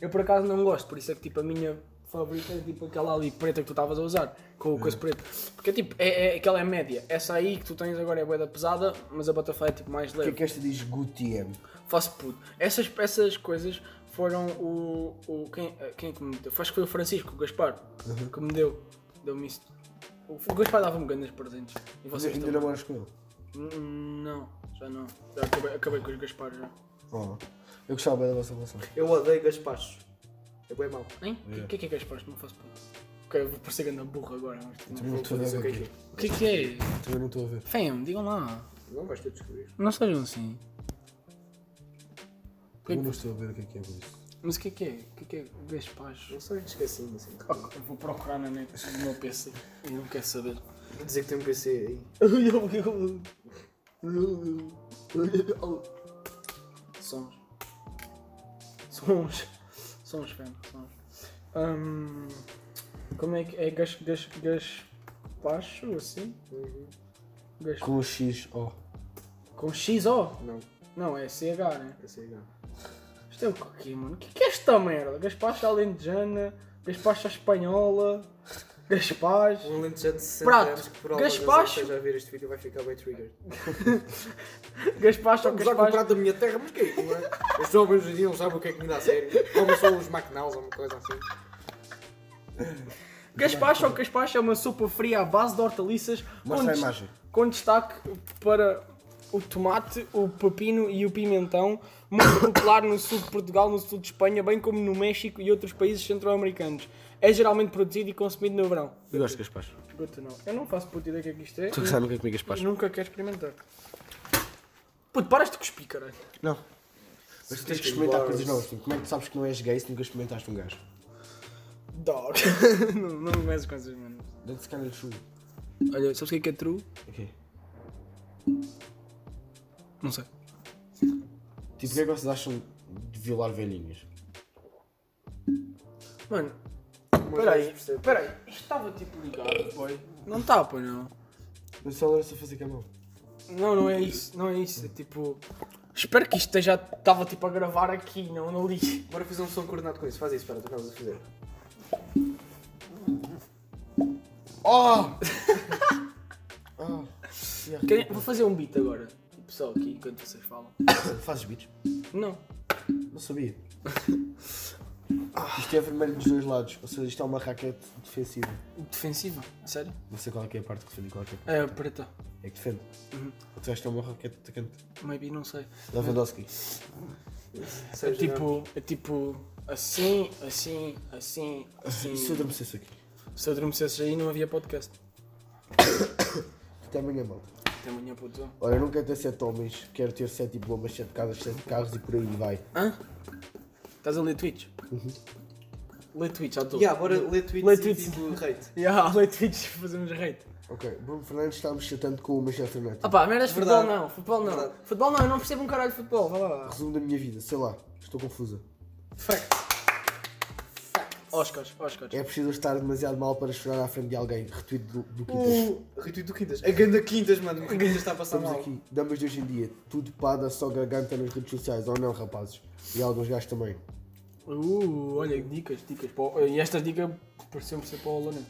S2: Eu por acaso não gosto, por isso é que tipo a minha favorita é tipo aquela ali preta que tu estavas a usar, com o
S1: Hum.
S2: coisa preta. Porque tipo, é, é, aquela é média. Essa aí que tu tens agora é bué da pesada, mas a butterfly é tipo mais
S1: O que
S2: leve.
S1: é que é? esta diz GUTM?
S2: Faço puto. Essas, essas coisas foram o. o quem, eh, quem é que me deu? Acho que foi o Francisco, o Gaspar,
S1: Uhum.
S2: que me deu. Deu-me isso. O, o Gaspar dava-me grandes presentes. E
S1: Mas eu
S2: vocês
S1: ainda
S2: também.
S1: namoras com ele.
S2: Hum, Não, já não. Já acabei, acabei com os Gaspar já.
S1: Oh. Eu gostava bem da vossa relação.
S3: Eu odeio Gaspachos. É bem mau.
S2: Hein? O que, que é que é Gaspar? Não faço puto. Ok, eu vou parecer grande burra agora. Mas...
S1: Também não estou a
S3: Isso é o que é
S1: ver.
S3: que é?
S1: aqui.
S2: O que é que é?
S1: Também não estou a ver.
S2: Fam, digam lá.
S3: Não vais ter de descobrir.
S2: Não sejam assim. que é
S1: Eu
S2: que-
S1: não estou a ver o que é que é por isso.
S2: Mas o que é que é? O que é que é Gaspacho?
S3: Não sei, esqueci-me assim.
S2: Eu vou procurar na net no meu PC. Eu não quero saber.
S3: Vou dizer que tem um PC aí.
S2: Sons. Sons. Sons, fam. Sons. Hum, como é que é? Gas, gas, gaspacho assim?
S3: Uhum.
S2: Gas,
S1: Com o X, oh. ó.
S2: com XO?
S3: Não,
S2: Não, é CH, né?
S3: PC não.
S2: Isto é o que mano? O que que é esta merda? Gaspacha alentejana, gaspacha espanhola, gaspaz.
S3: Um alentejano de 60
S2: Prato.
S3: anos que por alguma razão
S2: Gaspacho.
S3: esteja a ver este vídeo vai ficar bem triggered.
S2: Gaspacha ou
S3: Estamos a comprar
S2: gaspaz.
S3: da minha terra, mas que é não é? Estes homens hoje em dia não sabem o que é que me dá a sério. Como são os McNaus ou uma coisa assim.
S2: Gaspacha ou gaspacha é uma sopa fria à base de hortaliças com,
S1: Mostra a
S2: des-
S1: imagem.
S2: com destaque para o tomate, o pepino e o pimentão, muito popular no sul de Portugal, no sul de Espanha, bem como no México e outros países centro-americanos. É geralmente produzido e consumido no verão.
S1: Eu gosto de Gaspar.
S2: Guto, não. Eu não faço puta ideia do que é que isto é.
S1: Tu que sabes o que é comigo Gaspar?
S2: E Nunca quer experimentar. Puto, paras de cuspir, caralho.
S1: Não. Mas tu tens que experimentar coisas novas. Tipo, como é que tu sabes que não és gay se nunca experimentaste um gajo?
S2: Dog. não, não me meço com essas manas.
S1: That's kind of true.
S2: Olha, sabes o que é que é true?
S1: Ok.
S2: Não sei.
S1: Tipo, o que é que vocês acham de violar velhinhas?
S2: Mano,
S3: Uma
S2: peraí,
S3: vez percebo.
S2: peraí. Isto estava tipo ligado, foi? Não tá, pô, não.
S1: Eu só era só fazer com a mão.
S2: Não, não é isso, não é isso. É tipo... Espero que isto esteja... Estava tipo a gravar aqui, não não ali.
S3: Bora fazer um som coordenado com isso. Faz isso, espera, tu acabas a fazer.
S1: Oh! oh!
S2: Querem- Vou fazer um beat agora. Tipo só aqui, enquanto vocês falam.
S1: Fazes beats?
S2: Não.
S1: Não sabia. Isto é vermelho dos dois lados, ou seja, isto é uma raquete defensiva.
S2: Defensiva? Sério?
S1: Não sei qual é, que é a parte que defende e qual é, que é a parte
S2: É, preta.
S1: é que defende.
S2: Uhum.
S1: Ou tu vais ter uma raquete atacante.
S2: Maybe, não sei.
S1: Lewandowski.
S2: É
S3: Seja,
S2: tipo, é tipo assim, assim, assim, assim.
S1: E se eu adormecesse aqui?
S2: Se eu adormecesse aí não havia podcast.
S1: Até amanhã, malta.
S2: Até amanhã, puto.
S1: Olha, eu não quero ter sete homens, quero ter sete diplomas, sete casas, sete carros e por aí vai.
S2: Hã? Estás a ler tweets? Lê tweets, já estou.
S3: Yeah, bora ler tweets
S2: Lê
S3: e
S2: tweets.
S3: tipo rate.
S2: Yeah, lê tweets e fazemos rate.
S1: Ok, Bruno Fernandes está-me chatando com o Manchester United.
S2: Ah pá, merdas de futebol
S3: Verdade.
S2: não, futebol não.
S3: Verdade.
S2: Futebol não, eu não percebo um caralho de futebol, vá lá.
S1: Resumo da minha vida, sei lá, estou confusa.
S2: Fact. Fact. Oscars, Oscars.
S1: É preciso estar demasiado mal para chorar à frente de alguém. Retweet do, do
S2: Uh,
S1: Quintas.
S3: O retweet do Quintas. A ganda Quintas, mano. O Quintas está a passar
S1: Estamos
S3: mal.
S1: aqui, damas de hoje em dia, tudo pada, só garganta nas redes sociais, ou não, rapazes? E alguns gajos também.
S2: Uh, olha, dicas, dicas. para o- eh, E esta dica pareceu-me ser para o Lona.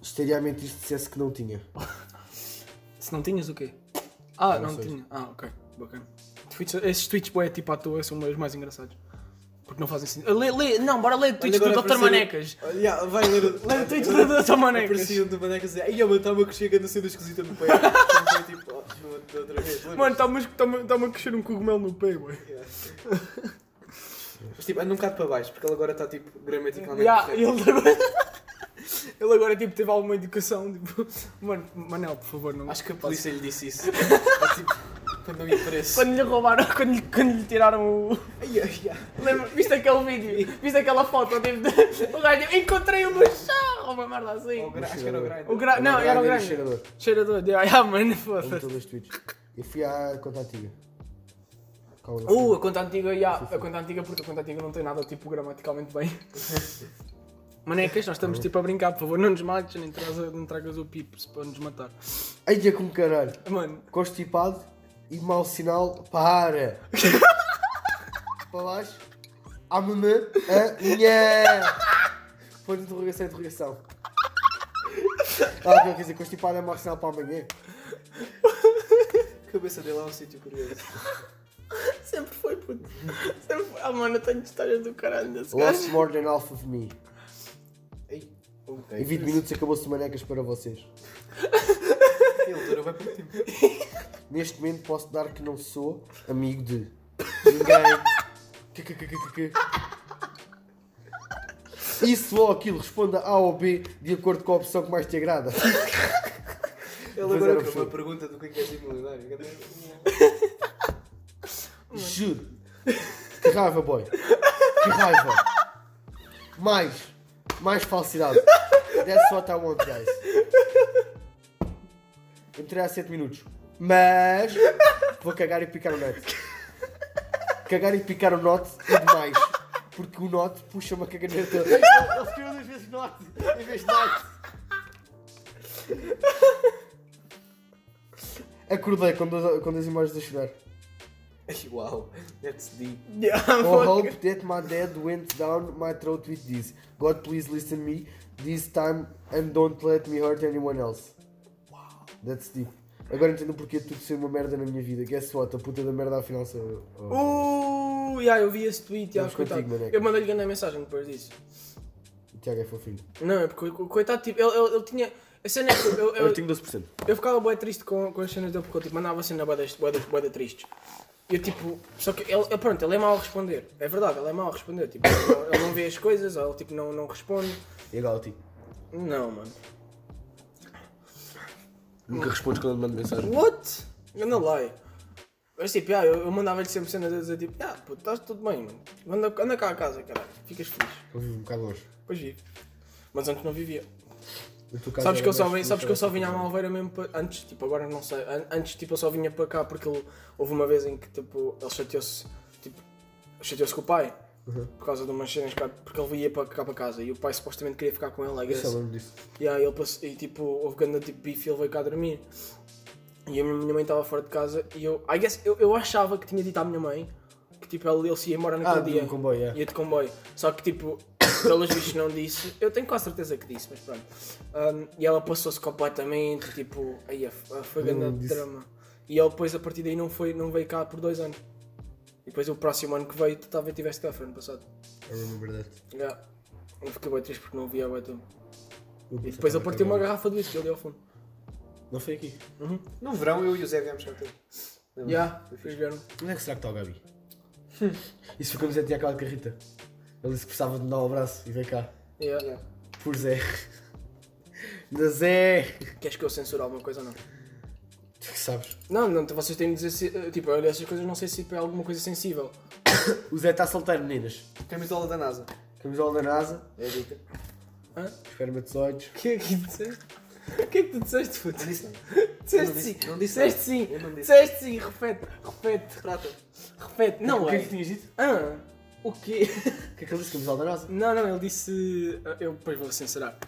S1: Seriamente, isto dissesse que não tinha.
S2: Se não tinhas o quê? Ah,
S1: Não
S2: não,
S1: sei.
S2: tinha. Ah, ok. Bacana. Tweets- esses tweets boé tipo à toa são os mais engraçados. Porque não fazem sentido. Lê, lê, não, bora ler tweets do
S3: agora
S2: Dr.
S3: apareceram-
S2: Manecas.
S3: Olha, yeah, vai ler.
S2: Lê o tweets do Dr. Manecas.
S3: Apareciam de manecas e dizia, ai, mano, está-me a crescer a ganda cena esquisita no pé. Então, foi tipo, oh, no- da outra vez. lembras?
S2: Mano, tá- está-me a crescer um cogumelo no pé, boé.
S3: Yeah. Mas tipo, anda um bocado para baixo, porque ele agora está tipo gramaticalmente
S2: Yeah,
S3: correto.
S2: ele agora... ele agora tipo teve alguma educação, tipo, mano, Manel, por favor, não.
S3: Acho que a polícia lhe disse isso. É, tipo, quando não ia preso.
S2: Quando lhe roubaram, quando lhe, quando lhe tiraram o.
S3: Ai, ai, ai.
S2: Lembra, viste aquele vídeo, viste aquela foto, tipo, de- o gajo tipo, encontrei o meu chá, uma merda
S3: Ou o
S2: assim.
S3: gra- Acho que era o grind.
S2: O gra... Ah, Não, era
S1: Era
S2: o grande.
S1: cheirador.
S2: Cheirador, de ah, mano,
S1: Era muito
S2: foda-se.
S1: dois tweets. Eu fui à conta antiga. Calma lá.
S2: Uh, a conta antiga, yeah, a conta antiga, porque a conta antiga não tem nada, tipo, gramaticalmente bem. Manecas, nós estamos tipo a brincar, por favor, não nos mates, nem tragas, não tragas o pipo para nos matar.
S1: Ai, é como caralho.
S2: Mano,
S1: Constipado e mau sinal para. para baixo. A mamã. A minha. Ponto de interrogação, interrogação. Ah, ok, quer dizer, constipado é mau sinal para amanhã.
S3: A cabeça dele é um sítio curioso.
S2: sempre foi, puto. Sempre foi. Ah, mano, eu tenho histórias do caralho desse gajo.
S1: Lost more than half of me.
S3: Ai,
S1: Em 20 minutos acabou-se manecas para vocês.
S3: ele dura um, vai por tempo.
S1: Neste momento posso dar que não sou amigo de ninguém. KKKKK. Isso ou aquilo, responda A ou B de acordo com a opção que mais te agrada.
S3: Ele
S1: era
S3: agora
S1: o
S3: com
S1: filme.
S3: uma pergunta do que é que é ser milionário. Cadê?
S1: Juro. Que raiva, boy. Que raiva. Mais. Mais falsidade. That's what I want, guys. Entrei há 7 minutos. Mas. Vou cagar e picar o note. Cagar e picar o note é demais. Porque o note puxa-me a caganeta. Ele escreveu duas vezes note. Em vez de note. Acordei com duas, com duas imagens a chorar.
S3: Ai, uau. That's deep.
S2: Yeah,
S1: Oh,
S2: foda-se.
S1: hope that my dad went down my throat with this. God, please listen me this time and don't let me hurt anyone else. That's deep. Agora entendo o porquê de tudo ser uma merda na minha vida. Guess what? A puta da merda afinal sou eu. Oh.
S2: Uh, yeah, eu vi esse tweet, yeah,
S1: Estamos
S2: coitado.
S1: contigo, Manecas.
S2: eu mandei-lhe grande mensagem depois disso.
S1: O Tiago é fofinho.
S2: Não, é porque o coitado, tipo, ele, ele, ele tinha. A cena é que eu, eu,
S1: 12%.
S2: eu ficava bem triste com, com as cenas dele, porque eu tipo, mandava a cena boeda triste. E eu tipo, só que ele, ele, pronto, ele é mau a responder. É verdade, ele é mau a responder. Tipo, ele não- ele não vê as coisas, ou ele tipo, não, não responde.
S1: É igual a ti.
S2: Não, mano.
S1: Nunca respondes quando eu mando mensagem.
S2: What? Ganda lie. Mas tipo, ah, eu, eu mandava-lhe sempre cenas a dizer tipo, ah, puto, estás tudo bem, mano. Anda, anda cá a casa, caralho. Ficas feliz.
S1: Eu vivo um bocado longe.
S2: Pois vivo. Mas antes não vivia.
S1: Na tua casa
S2: Sabes
S1: era
S2: que, eu só,
S1: mais
S2: vim-
S1: feliz,
S2: sabes que eu só
S1: era
S2: vinha à
S1: mais
S2: Malveira mesmo pa- antes, tipo, agora não sei. An- Antes, tipo, eu só vinha para cá porque ele- houve uma vez em que, tipo, ele chateou-se, tipo, chateou-se com o pai. Por causa de umas cenas, cá- porque ele ia para cá para casa e o pai supostamente queria ficar com ele, I
S1: feliz. Eu só
S2: guess.
S1: lembro disso.
S2: E aí ele passou, e tipo, houve grande tipo bife e ele veio cá dormir. E a minha mãe estava fora de casa e eu, I guess, eu, eu achava que tinha dito à minha mãe que tipo, ele, ele se ia embora naquele
S1: Ah,
S2: dia.
S1: do comboio, é.
S2: Ia de comboio. Só que, tipo, pelos bichos não disse. Eu tenho quase certeza que disse, mas pronto. Um, e ela passou-se completamente, tipo, aí a- a- foi
S1: Não
S2: grande
S1: disse.
S2: drama. E ele depois, a partir daí, não, foi, não veio cá por dois anos. E depois, o próximo ano que veio, talvez tivesse cá, foi ano passado.
S1: Eu lembro verdade.
S2: Yeah. Eu fiquei bem triste porque não via o tempo.
S1: Eu
S2: E depois
S1: pensava
S2: ele
S1: que
S2: partiu uma
S1: agora-
S2: garrafa de whisky ali ao fundo.
S1: Não foi aqui.
S3: No verão eu e o Zé viemos cá ter.
S2: Já,
S3: Lembra?
S2: yeah, vocês vieram.
S1: Onde é que será que está o Gabi? Isso foi quando já tinha aquela carrita. Ele disse que precisava de me dar um abraço e vem cá.
S2: Yeah.
S3: Yeah.
S1: Por Zé. Da Zé.
S2: Queres que eu censure alguma coisa ou não?
S1: Tu que sabes.
S2: Não, não, vocês têm de dizer se. eh, Tipo, olha, essas coisas não sei se é alguma coisa sensível.
S1: O Zé está solteiro, meninas.
S3: Camisola da NASA.
S1: Camisola da NASA,
S3: É a dica.
S2: Hã?
S1: espermatozoides.
S2: O que é que tu disseste? O que é que tu disseste, puto?
S3: Não disse nada.
S2: Disseste
S3: não disse- não disse
S2: sim, disseste
S3: nada.
S2: sim,
S3: Eu não disse.
S2: disseste sim, repete, repete,
S3: Trata.
S2: repete. Não,
S1: o que é
S2: é.
S1: que tinhas dito?
S2: Ah, O quê?
S1: O que é que ele disse? Camisola da NASA?
S2: Não, não, ele disse. eh, Eu depois vou censurar.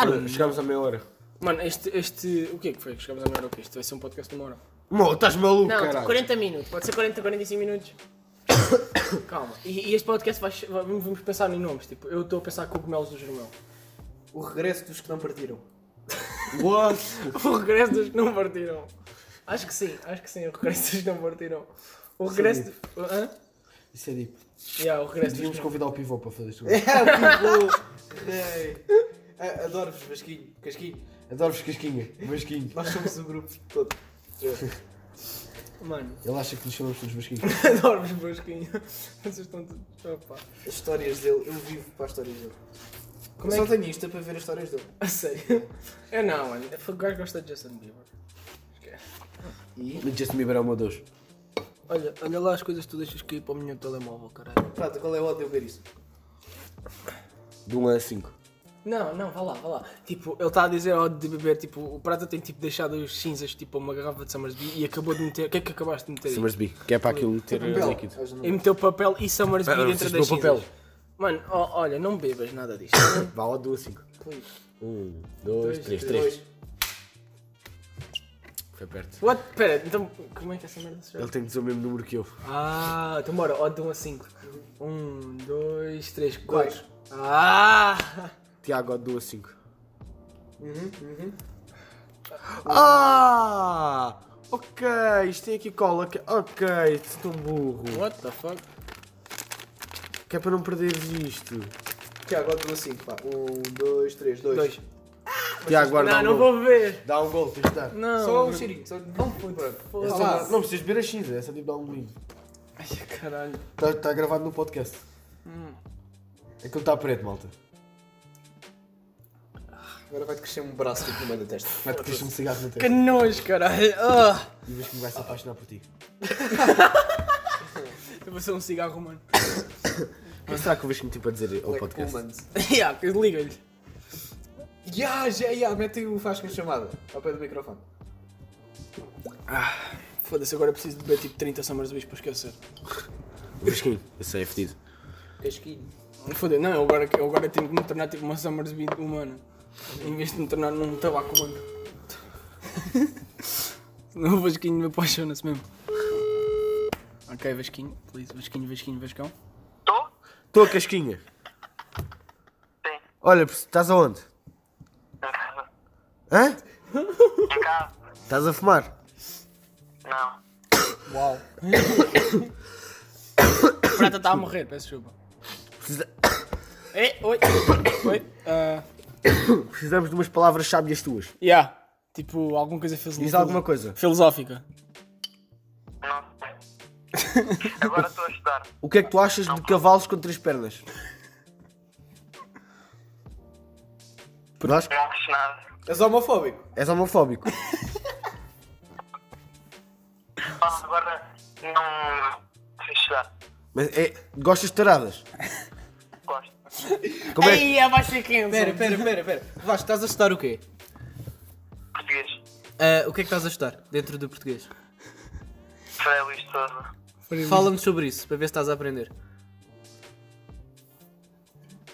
S1: Olha, chegámos à meia hora.
S2: Mano, este. este o que é que foi? Chegámos a meia hora o quê? Isto vai ser um podcast de uma hora.
S1: Mô, estás maluco,
S4: Não, tipo
S1: caralho.
S4: 40 minutos. Pode ser 40, 45 minutos. Calma. E, e este podcast vai, vai- vamos vamos pensar em nomes. Tipo, eu estou a pensar cogumelos do Jermel.
S3: O regresso dos que não partiram.
S1: What?
S4: O regresso dos que não partiram. Acho que sim, acho que sim. O regresso dos que não partiram. O regresso.
S1: Sim.
S4: do- Hã?
S1: Isso é deep.
S4: Yeah, o regresso dos
S1: Devíamos
S4: que não
S1: convidar o pivô para fazer isto.
S3: É, tipo, rei. A- Adoro-vos, Vasquinho. Casquinho.
S1: Adoro-vos casquinha, vasquinho.
S3: Nós somos o grupo todo.
S2: Mano,
S1: Ele acha que nos chamamos todos vasquinhos.
S2: adoro-vos, Bosquinho. Vocês estão. todos- Opa.
S3: As histórias dele, eu vivo para as histórias dele.
S2: Como
S3: eu
S2: é
S3: só
S2: que-
S3: tenho isto para ver as histórias dele.
S2: A sério?
S4: É
S2: Eu não, mano. O gajo gosta de Justin Bieber.
S3: E
S1: Justin Bieber é o meu Deus.
S2: Olha, olha lá as coisas que tu deixas cair para o meu telemóvel, caralho.
S3: pronto, qual é o ódio de eu ver isso?
S1: De 1 a 5.
S2: Não, não, vá lá, vá lá. Tipo, ele está a dizer ao de beber, tipo, o Prata tem tipo deixado os cinzas, tipo, a uma garrafa de Summersby e acabou de meter. O que é que acabaste de meter aí?
S1: Summersby, que é para aquilo ter
S3: Papel.
S1: líquido.
S3: Hoje não-
S2: E meteu papel e Summersby
S1: Ah,
S2: dentro
S1: vocês
S2: das
S1: meu
S2: cinzas.
S1: papel.
S2: Mano, ó, olha, não bebas nada disto.
S1: Vá lá, 2 a 5.
S2: Please.
S1: 1, 2, 3, 3.
S3: Dois.
S1: Foi perto.
S2: What? Pera, então como é que essa merda se chama?
S1: Ele tem de dizer o mesmo número que eu.
S2: Ah, então bora, ó de 1 a Um, 5. 1, 2, 3, 4. Ah!
S1: Tiago, ó, de 1 a 5.
S3: Uhum, uhum.
S1: Ah! Ok, isto tem aqui cola. que- Ok, tu tão burro.
S2: What the fuck?
S1: Que é para não perderes isto.
S3: Tiago, ódio 5, pá. 1, 2, 3, 2.
S2: 2.
S1: Tiago, guarda
S2: Não,
S1: um
S2: não
S1: gol.
S2: vou ver.
S1: Dá um gol, tens de dar.
S2: Não.
S3: Só um cheirinho, só não
S1: É só-
S3: Ah,
S1: não precisas beber a X, é só tipo dar um lindo.
S2: Ai, caralho. Hum.
S1: Está gravado no podcast. É Aquilo está tá preto, malta.
S3: Agora vai-te crescer um braço aqui no meio da testa.
S1: Vai-te crescer um cigarro na
S2: Que
S1: testa.
S2: nojo, caralho. Ah!
S1: E vês que me vai se apaixonar por ti.
S2: Eu vou ser um cigarro, mano.
S1: Mas será que o Vasco me tipo a dizer ao
S3: Black
S1: podcast?
S3: Pullmans.
S2: yeah, liga-lhe.
S3: Ya, já, ya, mete o faz com a chamada ao pé do microfone.
S2: Foda-se, agora eu preciso de beber tipo 30 Summersbys para esquecer.
S1: O Vasquinho, eu sei, é fedido.
S3: Casquinho.
S2: Foda-se, não, eu agora, eu agora tenho que me tornar tipo uma Summersby humana. Em vez de me tornar num tabaco humano. Senão o Um Vasquinho me apaixona-se mesmo. Ok, Vasquinho, please. Vasquinho, Vasquinho, Vascão.
S5: Tô?
S1: Estou a casquinha.
S5: Sim.
S1: Olha, estás aonde?
S5: Em casa.
S1: Hã?
S5: Em casa?
S1: Estás a fumar?
S5: Não.
S3: Uau.
S2: O Prata está a morrer, peço desculpa.
S1: Precisa-
S2: Ei, É, oi, oi. ah,
S1: Precisamos de umas palavras sábias tuas.
S2: yeah, tipo alguma coisa filosófica.
S1: Diz alguma coisa.
S2: Filosófica.
S5: Não sei. Agora estou a estudar.
S1: O que é que tu achas de cavalos com três pernas? Vasco,
S5: Não acho nada.
S3: És homofóbico?
S1: és homofóbico.
S5: Pá, Ah, agora não sei estudar.
S1: Mas é, gostas de taradas?
S5: Gosto.
S1: Como é que...
S4: Ei, vai ser quente.
S3: Pera, pera, pera, pera. Vasco, estás a estudar o quê?
S5: Português.
S3: Ah, o que é que estás a estudar dentro do português?
S5: Frei Luís de Sousa.
S3: Fala-me sobre isso, para ver se estás a aprender.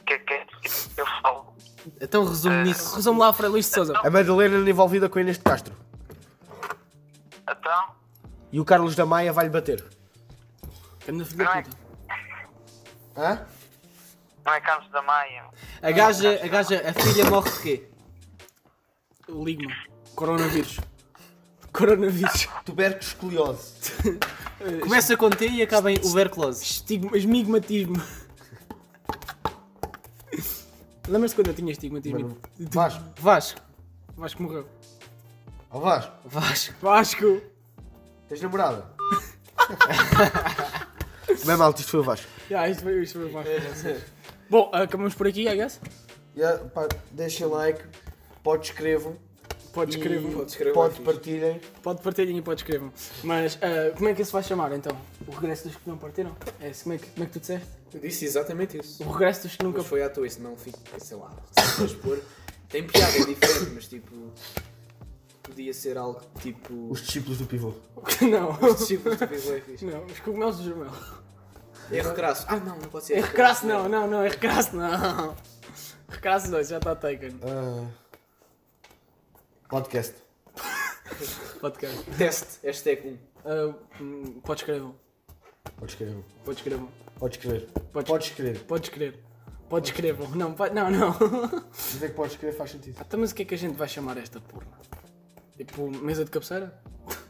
S5: O que é que é? Eu falo.
S3: Então
S5: Ah,
S3: resume nisso.
S2: Resumo lá, Frei Luís de Souza.
S1: A Madalena é envolvida com a Inês de Castro.
S5: Então?
S1: E o Carlos da Maia vai-lhe bater.
S2: Anda filho
S5: Não
S2: da
S5: é,
S2: puta.
S1: Hã?
S5: não é Carlos da Maia.
S3: A gaja, a gaja, a filha morre de quê?
S2: Ligma. Coronavírus. Coronavírus.
S1: Tuberculose.
S3: Começa com T e acaba em tuberculose.
S2: Estigma, esmigmatismo. Lembras-te quando eu tinha estigmatismo?
S1: Mano,
S2: E tu-
S1: Vasco,
S3: Vasco.
S2: Vasco morreu.
S1: ó Vasco,
S3: Vasco.
S2: Vasco!
S1: tens namorada? Bem mal, isto foi o Vasco.
S2: Já, isto foi, isto foi o Vasco.
S3: É,
S2: Bom, acabamos por aqui, I guess.
S1: Yeah, pá, deixem like, pode escrevam,
S2: Pode escrever.
S3: Pode escrever
S1: pode
S3: aqui.
S1: partilhem.
S2: Pode partilhem e pode escrever. Mas ah, como é que isso vai chamar então? O regresso dos que não partiram? É isso, como é que, como é que tu disseste?
S3: Eu disse exatamente isso.
S2: O regresso dos que nunca
S3: Nunca foi à toa, isso não fica, sei lá, se fores pôr. Tem piada, é diferente, mas tipo. Podia ser algo tipo.
S1: Os discípulos do pivô.
S2: Não.
S3: Os discípulos do Big Boy é fixe.
S2: Não, os cogumelos do Jamel.
S3: Erro crasso. Ah, não, não pode ser.
S2: É recrasso não, não, não, é recrasso não. Recrasso 2, já está taken.
S1: Ah, podcast.
S2: Podcast.
S3: Teste, hashtag 1.
S2: Ah, hum, podes crer, bom.
S1: Podes escrever.
S2: podes crer, bom.
S1: Podes escrever.
S2: Podes-
S1: Podes escrever.
S2: podes crer. Podes crer, bom. Não, pode, não, não.
S1: Dizer que podes escrever faz sentido.
S2: Então, mas o que é que a gente vai chamar esta porra? Tipo, mesa de cabeceira?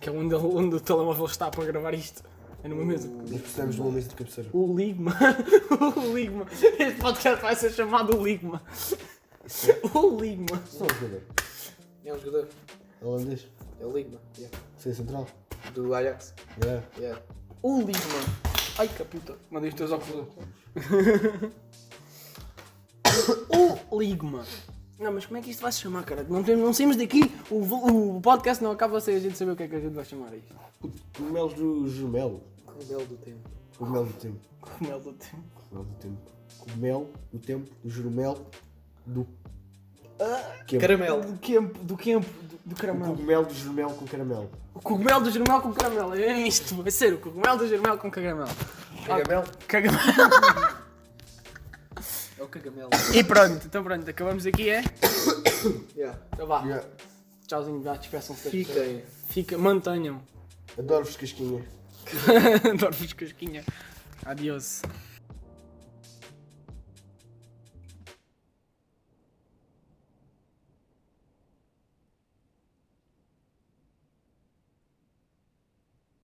S2: Que é onde, onde o telemóvel está para gravar isto. É numa mesa.
S1: Nós precisamos de uma mesa de cabeceira.
S2: O Ligma. O Ligma. Este podcast vai ser chamado o Ligma. O Ligma.
S1: Só um jogador.
S3: É um jogador.
S1: Holandês.
S3: É o Ligma. Yeah.
S1: Sem central. É.
S3: Do Ajax.
S1: Yeah.
S3: Yeah.
S2: O Ligma.
S6: Ai, caputa. Mandei os teus óculos.
S2: O Ligma. Não, mas como é que isto vai se chamar, cara? Não, temos, não saímos daqui. O, vo- o podcast não acaba sem a gente saber o que é que a gente vai chamar a isto.
S1: Cogumelos do jumelo.
S3: Cogumelo do tempo.
S1: Cogumelo do tempo.
S2: Como é do tempo.
S1: Cogumelo do tempo. Cogumelo do tempo. Do jumelo. Do. Que
S3: Caramelo.
S2: Do campo, do campo, do, do caramelo.
S1: Cogumelo do jumelo com caramelo.
S2: O cogumelo do germel com caramelo. É isto, vai ser o cogumelo do germel com caramelo.
S3: Cagamelo.
S2: Cagamelo.
S3: É o cagamelo.
S2: E pronto, então pronto, acabamos aqui, é?
S3: Yeah.
S2: Então vá.
S1: Yeah.
S2: Tchauzinho, vá, despeçam-se. das pessoas.
S3: Fiquem.
S2: Fica, mantenham.
S1: Adoro-vos casquinhas.
S2: Adoro-vos casquinha. Adiós.